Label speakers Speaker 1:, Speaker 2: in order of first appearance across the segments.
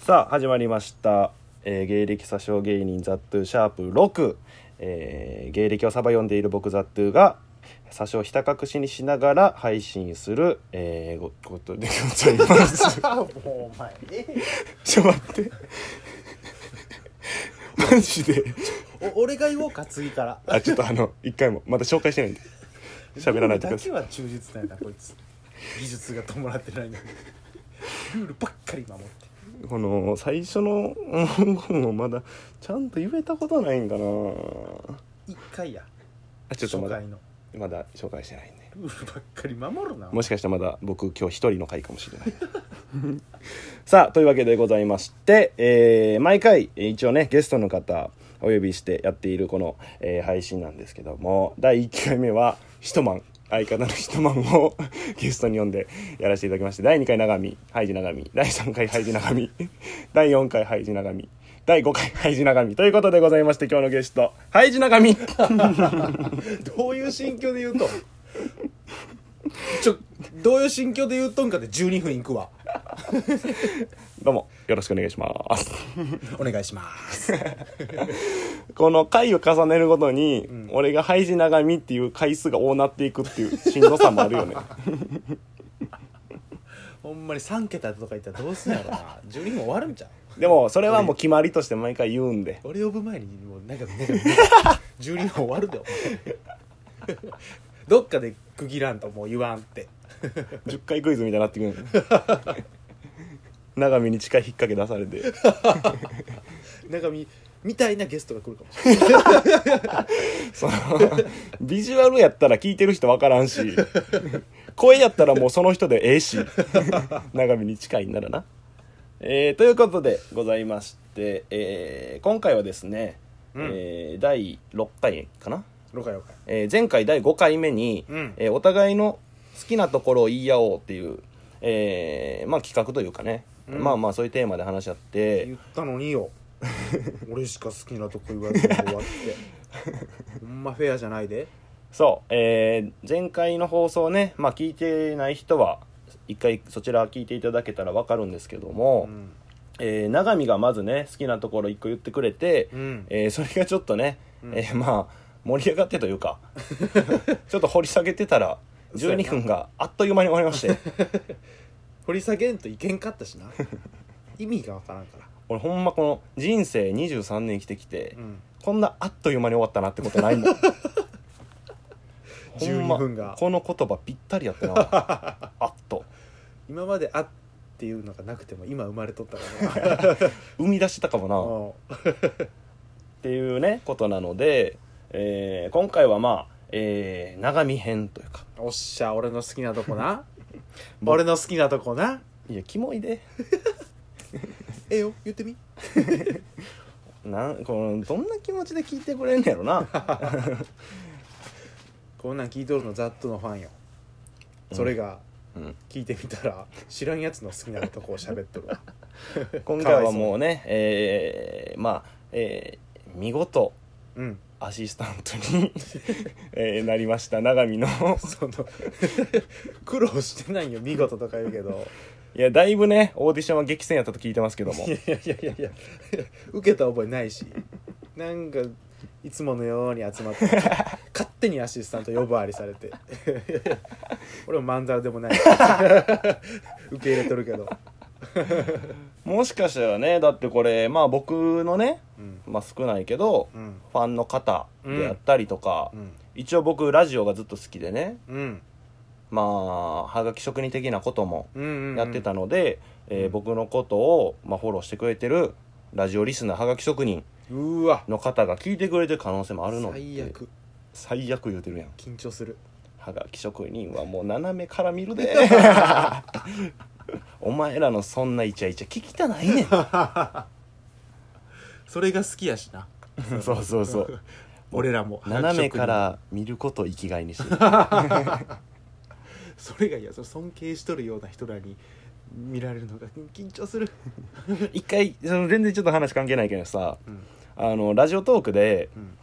Speaker 1: さあ始まりました、えー芸歴詐称芸人ザットゥシャープ6、えー芸歴をさば読んでいる僕ザットゥが詐称ひた隠しにしながら配信する、えーごことでございます
Speaker 2: もうお前
Speaker 1: ちょっと待ってマジで
Speaker 2: お俺が言おうか次から
Speaker 1: あちょっとあの一回もまだ紹介してないんで喋らないでください
Speaker 2: ルールだけは忠実なんだこいつ技術が伴ってないのにルールばっかり守って
Speaker 1: この最初の文言をまだちゃんと言えたことないんだな
Speaker 2: 一回や
Speaker 1: あちょっ
Speaker 2: 初
Speaker 1: とまだ
Speaker 2: 回の
Speaker 1: まだ紹介してないんで
Speaker 2: ルールばっかり守るな
Speaker 1: もしかしたらまだ僕今日一人の回かもしれない さあというわけでございまして、えー毎回えー一応ねゲストの方お呼びしてやっているこの、えー配信なんですけども第1回目はヒトマン相方のヒトマンを ゲストに呼んでやらせていただきまして第2回長見ハイジ長見第3回ハイジ長見 第4回ハイジ長見第5回ハイジ長見ということでございまして今日のゲストハイジ長見
Speaker 2: どういう心境で言うとんちょどういう心境で言うとんかで12分いくわ
Speaker 1: どうもよろしくお願いします
Speaker 2: お願いします
Speaker 1: この回を重ねるごとに、俺が「ハイジ長見」っていう回数が多なっていくっていうしんどさもある よね
Speaker 2: ほんまに3桁とか言ったらどうすんやろな12分終わるんちゃう
Speaker 1: でもそれはもう決まりとして毎回言うんで
Speaker 2: 俺呼ぶ前にもうなんかなんか 12分終わるでお前 どっかで区切らんともう言わんって
Speaker 1: 10回クイズみたいになってくる長見に近い引っ掛け出されて
Speaker 2: 中身みたいなゲストが来るかもしれない
Speaker 1: そのビジュアルやったら聞いてる人分からんし声やったらもうその人でええし長見に近いんならな、えーということでございまして、えー今回はですね、
Speaker 2: うん
Speaker 1: えー第6回かな
Speaker 2: 了解了解
Speaker 1: えー前回第5回目に、
Speaker 2: うん
Speaker 1: えーお互いの好きなところを言い合おうっていう、えーまあ、企画というかね、
Speaker 2: うん
Speaker 1: まあまあそういうテーマで話し合って
Speaker 2: 言ったのによ俺しか好きなとこ言われても終わってほんまフェアじゃないで
Speaker 1: そう、えー前回の放送ね、まあ、聞いてない人は一回そちら聞いていただけたら分かるんですけども、
Speaker 2: うん
Speaker 1: えー永見がまずね好きなところ一個言ってくれて、
Speaker 2: うん
Speaker 1: えーそれがちょっとね、
Speaker 2: うん
Speaker 1: えーまあ盛り上がってという かちょっと掘り下げてたら12分があっという間に終わりまして。
Speaker 2: 掘り下げんといけんかったしな意味がわからんから
Speaker 1: 俺ほんまこの人生23年生きてきて、
Speaker 2: うん
Speaker 1: こんなあっという間に終わったなってことない もんほんま
Speaker 2: 12分が
Speaker 1: この言葉ぴったりや ったなあっと
Speaker 2: 今まであっていうのがなくても今生まれとったから な
Speaker 1: 生み出してたかもなっ
Speaker 2: もう
Speaker 1: ていうねことなので、えー今回はまあ、えー長見編というか
Speaker 2: おっしゃ俺の好きなとこ な
Speaker 1: 僕
Speaker 2: 俺の好きなとこない
Speaker 1: やキモいで
Speaker 2: ええよ言ってみ
Speaker 1: なんこのどんな気持ちで聞いてくれんのやろな
Speaker 2: こんなん聞いとるのざっとのファンよそれが
Speaker 1: うん
Speaker 2: 聞いてみたら知らんやつの好きなとこを喋っとる わ
Speaker 1: 今回はもうねえーまあ、えー見事
Speaker 2: うん
Speaker 1: アシスタントに、 えーなりました永見の
Speaker 2: その 苦労してないよ見事とか言うけ ど
Speaker 1: いやだいぶねオーディションは激戦やったと聞いてますけども
Speaker 2: いやいやいやいや受けた覚えないしなんかいつものように集ま って勝手にアシスタント呼ばわりされ て俺もまんざらでも ないし受け入れとるけど、
Speaker 1: もしかしたらねだってこれまあ僕のね、
Speaker 2: うん
Speaker 1: まあ、少ないけど、
Speaker 2: うん
Speaker 1: ファンの方であったりとか、
Speaker 2: うん
Speaker 1: 一応僕ラジオがずっと好きでね
Speaker 2: うん
Speaker 1: まあはがき職人的なことも
Speaker 2: うんうんうん
Speaker 1: やってたので、えー
Speaker 2: うん
Speaker 1: 僕のことを、まあ、フォローしてくれてるラジオリスナーはがき職人
Speaker 2: うわ
Speaker 1: の方が聞いてくれてる可能性もあるので
Speaker 2: 最悪
Speaker 1: 最悪言うてるやん
Speaker 2: 緊張する
Speaker 1: はがき職人はもう斜めから見る でお前らのそんなイチャイチャ聞きたないね
Speaker 2: それが好きやしな ん
Speaker 1: そうそうそう
Speaker 2: 俺らも
Speaker 1: 斜めから見ることを生きがいにして る
Speaker 2: それがいやそれ尊敬しとるような人らに見られるのが緊張する、
Speaker 1: 一回その全然ちょっと話関係ないけどさ
Speaker 2: うん
Speaker 1: あのラジオトークで
Speaker 2: うん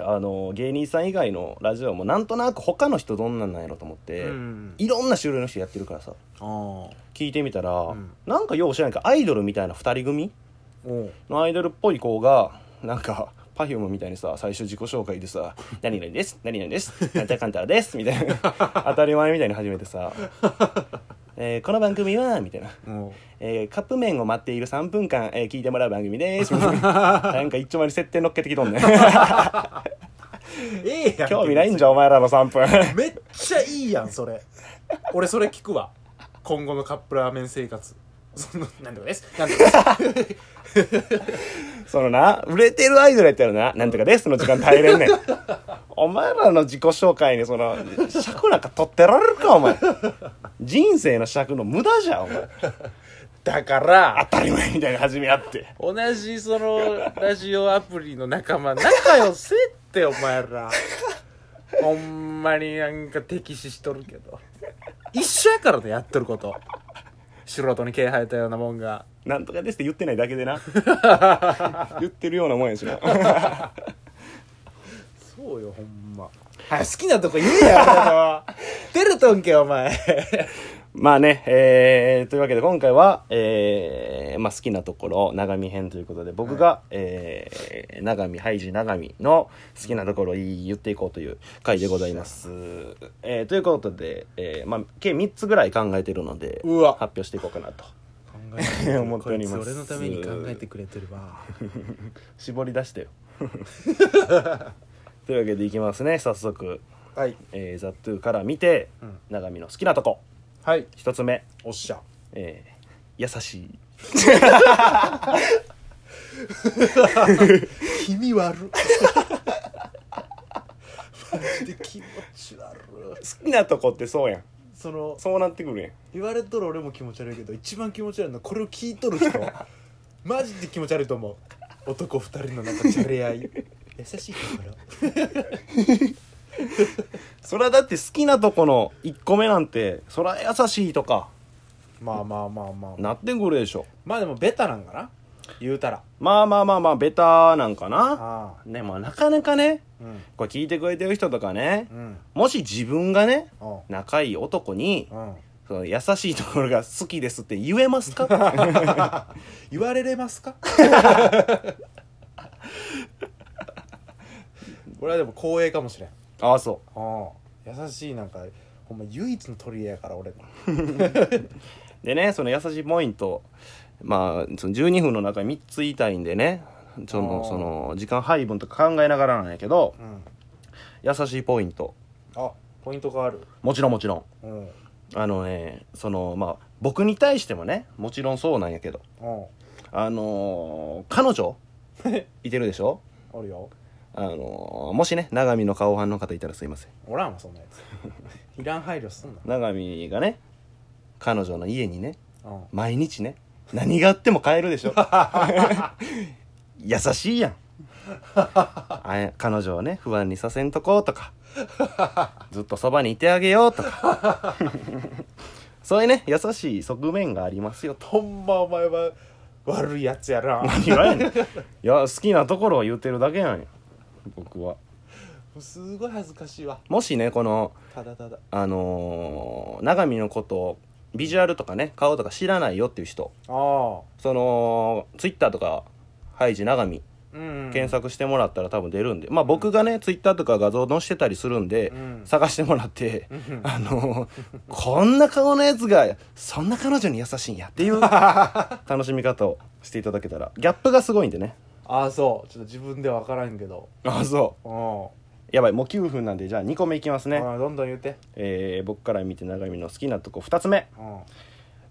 Speaker 1: あの芸人さん以外のラジオもなんとなく他の人どんなんなんやろと思って、
Speaker 2: うん
Speaker 1: いろんな種類の人やってるからさ
Speaker 2: ああお
Speaker 1: 聞いてみたら、
Speaker 2: ん
Speaker 1: なんかよう知らんけどアイドルみたいな2人組
Speaker 2: う
Speaker 1: のアイドルっぽい子がなんか Perfume みたいにさ最初自己紹介でさ「何々です何々ですなんたらかんたらです」みたいな 当たり前みたいに始めてさ「えーこの番組は」みたいな
Speaker 2: おう
Speaker 1: えーカップ麺を待っている3分間、えー聞いてもらう番組です。みたいななんか一丁前に設定乗っけてきとん ねん。
Speaker 2: ええやん
Speaker 1: 興味ないんじゃ、お前らの3分。
Speaker 2: めっちゃいいやんそれ俺それ聞くわ今後のカップラーメン生活そのなんとかですなんとか です
Speaker 1: そのな、売れてるアイドルやったらな、なんとかですの時間耐えれんねん。お前らの自己紹介にその、尺なんか取ってられるか、お前。人生の尺の無駄じゃん、お前。
Speaker 2: だから
Speaker 1: 当たり前みたいに始め合って。
Speaker 2: 同じそのラジオアプリの仲間仲良せってお前 らほんまになんか敵視しとるけど一緒やからねやっとること素人に毛生えたようなもんが
Speaker 1: なんとかですって言ってないだけでな。言ってるようなもんやしな。
Speaker 2: そうよほんまはい好きなとこ言えやもう出るとんけお前
Speaker 1: まあね、えーというわけで今回は、えーまあ、好きなところ、長見編ということで、僕が、えー長見、ハイジ長見の好きなところを言っていこうという回でございます。えーということで、えーまあ、計3つぐらい考えてるので、
Speaker 2: うわ
Speaker 1: 発表していこうかなと。
Speaker 2: 考えてくれてる
Speaker 1: 思っております
Speaker 2: こいつ俺のために考えてくれてるわ
Speaker 1: 絞り出してよ。 というわけでいきますね、早速。
Speaker 2: はい
Speaker 1: えー、ザ・トゥから見て、
Speaker 2: うん
Speaker 1: 長見の好きなとこ。
Speaker 2: はい
Speaker 1: 1つ目、
Speaker 2: おっしゃ
Speaker 1: えー優しい。
Speaker 2: 気味悪 マジで気持ち悪
Speaker 1: 好きなとこってそうやん。
Speaker 2: その
Speaker 1: そうなってくるやん。
Speaker 2: 言われとる俺も気持ち悪いけど一番気持ち悪いのはこれを聞いとる人マジで気持ち悪いと思う男二人のなんかじゃれ合い優しいところ
Speaker 1: それはだって好きなとこの1個目なんてそりゃ優しいとか
Speaker 2: まあまあまあまあ
Speaker 1: なってくるでしょ
Speaker 2: まあでもベタなんかな言うたら
Speaker 1: まあまあまあまあベタなんかな
Speaker 2: ああ
Speaker 1: ねまあなかなかね
Speaker 2: うん
Speaker 1: これ聞いてくれてる人とかね
Speaker 2: うん
Speaker 1: もし自分がね
Speaker 2: おう
Speaker 1: 仲いい男に
Speaker 2: うん
Speaker 1: その優しいところが好きですって言えます か
Speaker 2: 言われれますか俺はでも光栄かもしれん
Speaker 1: ああそ
Speaker 2: ああ優しいなんかほんま唯一の取り柄やから俺の
Speaker 1: うでねその優しいポイントまあその12分の中に3つ言いたいんでねそ
Speaker 2: あ
Speaker 1: の
Speaker 2: ー
Speaker 1: その時間配分とか考えながらなんやけど
Speaker 2: うん
Speaker 1: 優しいポイント
Speaker 2: あポイントがある
Speaker 1: もちろんもちろん
Speaker 2: うんうん
Speaker 1: あのねそのまあ僕に対してもねもちろんそうなんやけどあのー彼女いてるでしょ
Speaker 2: あるよ
Speaker 1: あのーもしね永見の顔ファンの方いたらすいません
Speaker 2: おらんわそんなや ついらん配慮すんな
Speaker 1: 永見がね彼女の家にね
Speaker 2: うん
Speaker 1: 毎日ね何があっても帰るでしょ優しいやんあや彼女をね不安にさせんとこうとかずっとそばにいてあげようとかそういうね優しい側面がありますよと
Speaker 2: ほんまお前は悪いやつやな
Speaker 1: いやいや好きなところを言ってるだけやんよ僕は
Speaker 2: すごい恥ずかしいわ
Speaker 1: もしねこの
Speaker 2: ただただ
Speaker 1: あのー永見のことをビジュアルとかね顔とか知らないよっていう人
Speaker 2: ああ
Speaker 1: そのツイッターとかハイジ永見
Speaker 2: うん
Speaker 1: 検索してもらったら多分出るんで、まあ僕がねツイッターとか画像載せてたりするんで、
Speaker 2: うん
Speaker 1: 探してもらって、
Speaker 2: ん
Speaker 1: あのーこんな顔のやつがそんな彼女に優しいんやっていう楽しみ方をしていただけたらギャップがすごいんでね
Speaker 2: ああそうちょっと自分では分からんけど
Speaker 1: あそう
Speaker 2: うん、
Speaker 1: やばいもう9分なんでじゃあ2個目いきますね、
Speaker 2: ああどんどん言うて
Speaker 1: えー僕から見て長見の好きなとこ2つ目
Speaker 2: うん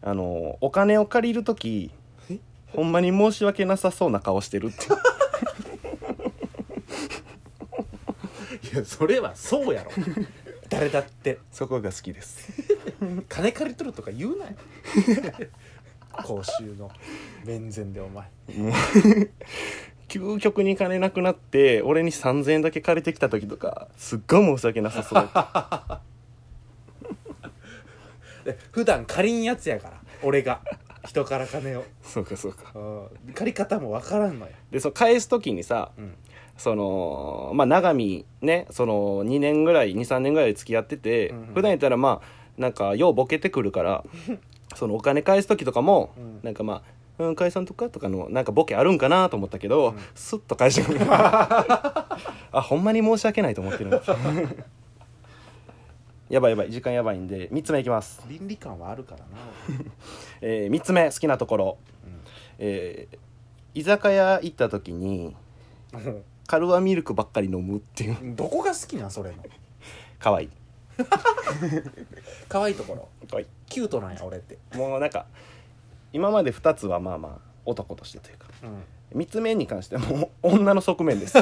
Speaker 1: あのーお金を借りる時
Speaker 2: え
Speaker 1: ほんまに申し訳なさそうな顔してるって
Speaker 2: いやそれはそう やろ誰だって
Speaker 1: そこが好きです
Speaker 2: 金借りとるとか言 うなよ公衆の面前でお前
Speaker 1: 究極に金なくなって俺に3000円だけ借りてきた時とかすっごい申し訳なさそう
Speaker 2: で普段借りんやつやから俺が人から金を
Speaker 1: そうかそうか
Speaker 2: うん借り方もわからんのよ、
Speaker 1: でそう返す時にさ
Speaker 2: うん、
Speaker 1: そのまあ長見ねその2年ぐらい23年ぐらい付き合ってて、
Speaker 2: うんうん
Speaker 1: 普段やったらまあなんかようボケてくるから そのお金返す時とかも、
Speaker 2: うん
Speaker 1: なんかまあ「うん解散とか?」とかのなんかボケあるんかなと思ったけど、
Speaker 2: うん
Speaker 1: スッと返してく るあほんまに申し訳ないと思ってる やばいやばい時間やばいんで3つ目いきます、
Speaker 2: 倫理観はあるからな、
Speaker 1: え3つ目好きなところ、えー居酒屋行った時に
Speaker 2: うん
Speaker 1: カルアミルクばっかり飲むっていう
Speaker 2: うんどこが好きなんそれの
Speaker 1: 可愛い
Speaker 2: 可愛いところ
Speaker 1: 可愛い
Speaker 2: キュートなんや俺って、
Speaker 1: もうなんか今まで2つはまあまあ男としてというか
Speaker 2: うん、
Speaker 1: 3つ目に関してはもう 女の側面です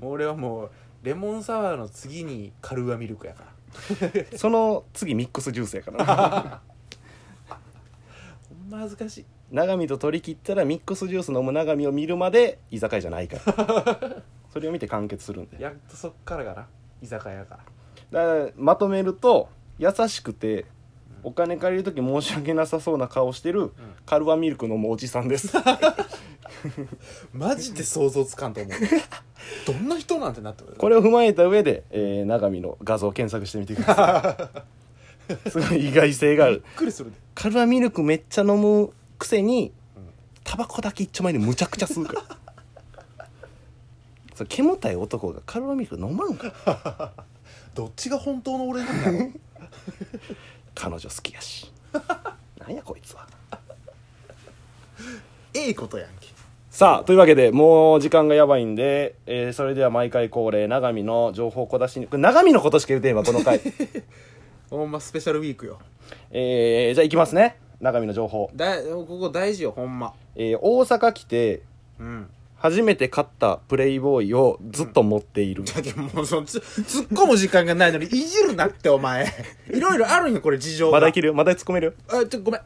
Speaker 2: もう俺はもうレモンサワーの次にカルーアミルクやから
Speaker 1: その次ミックスジュースやから
Speaker 2: ほんま恥ずかしい
Speaker 1: 長見と取り切ったらミックスジュース飲む長見を見るまで居酒屋じゃないからそれを見て完結するんで
Speaker 2: やっとそっからかな居酒屋から
Speaker 1: だからまとめると優しくてお金借りる時申し訳なさそうな顔してるカルアミルク飲むおじさんです
Speaker 2: マジで想像つかんと思う どんな人なんてなってくる
Speaker 1: これを踏まえた上で、えー、長見の画像を検索してみてくださいすごい意外性がある
Speaker 2: びっくりするで
Speaker 1: カルアミルクめっちゃ飲むくせに
Speaker 2: うん
Speaker 1: タバコだけ一丁前にむちゃくちゃ吸うから そう煙たい男がカルアミルク飲まんから
Speaker 2: どっちが本当の俺なんだろう
Speaker 1: 彼女好きやしなんやこいつは
Speaker 2: ええことやんけ
Speaker 1: さあというわけでもう時間がやばいんで、えーそれでは毎回恒例永見の情報小出しにこれ永見のことしか言うてへんわこの 回、
Speaker 2: ほんまスペシャルウィークよ
Speaker 1: えーじゃあいきますね永見の情報、
Speaker 2: だここ大事よほんま
Speaker 1: えー大阪来て
Speaker 2: うん
Speaker 1: 初めて買ったプレイボーイをずっと持っている、
Speaker 2: だってもうそのつ 突っ込む時間がないのにいじるなってお前いろいろあるんよこれ事情が
Speaker 1: まだいけるよまだ突っ込めるよ
Speaker 2: あちょごめん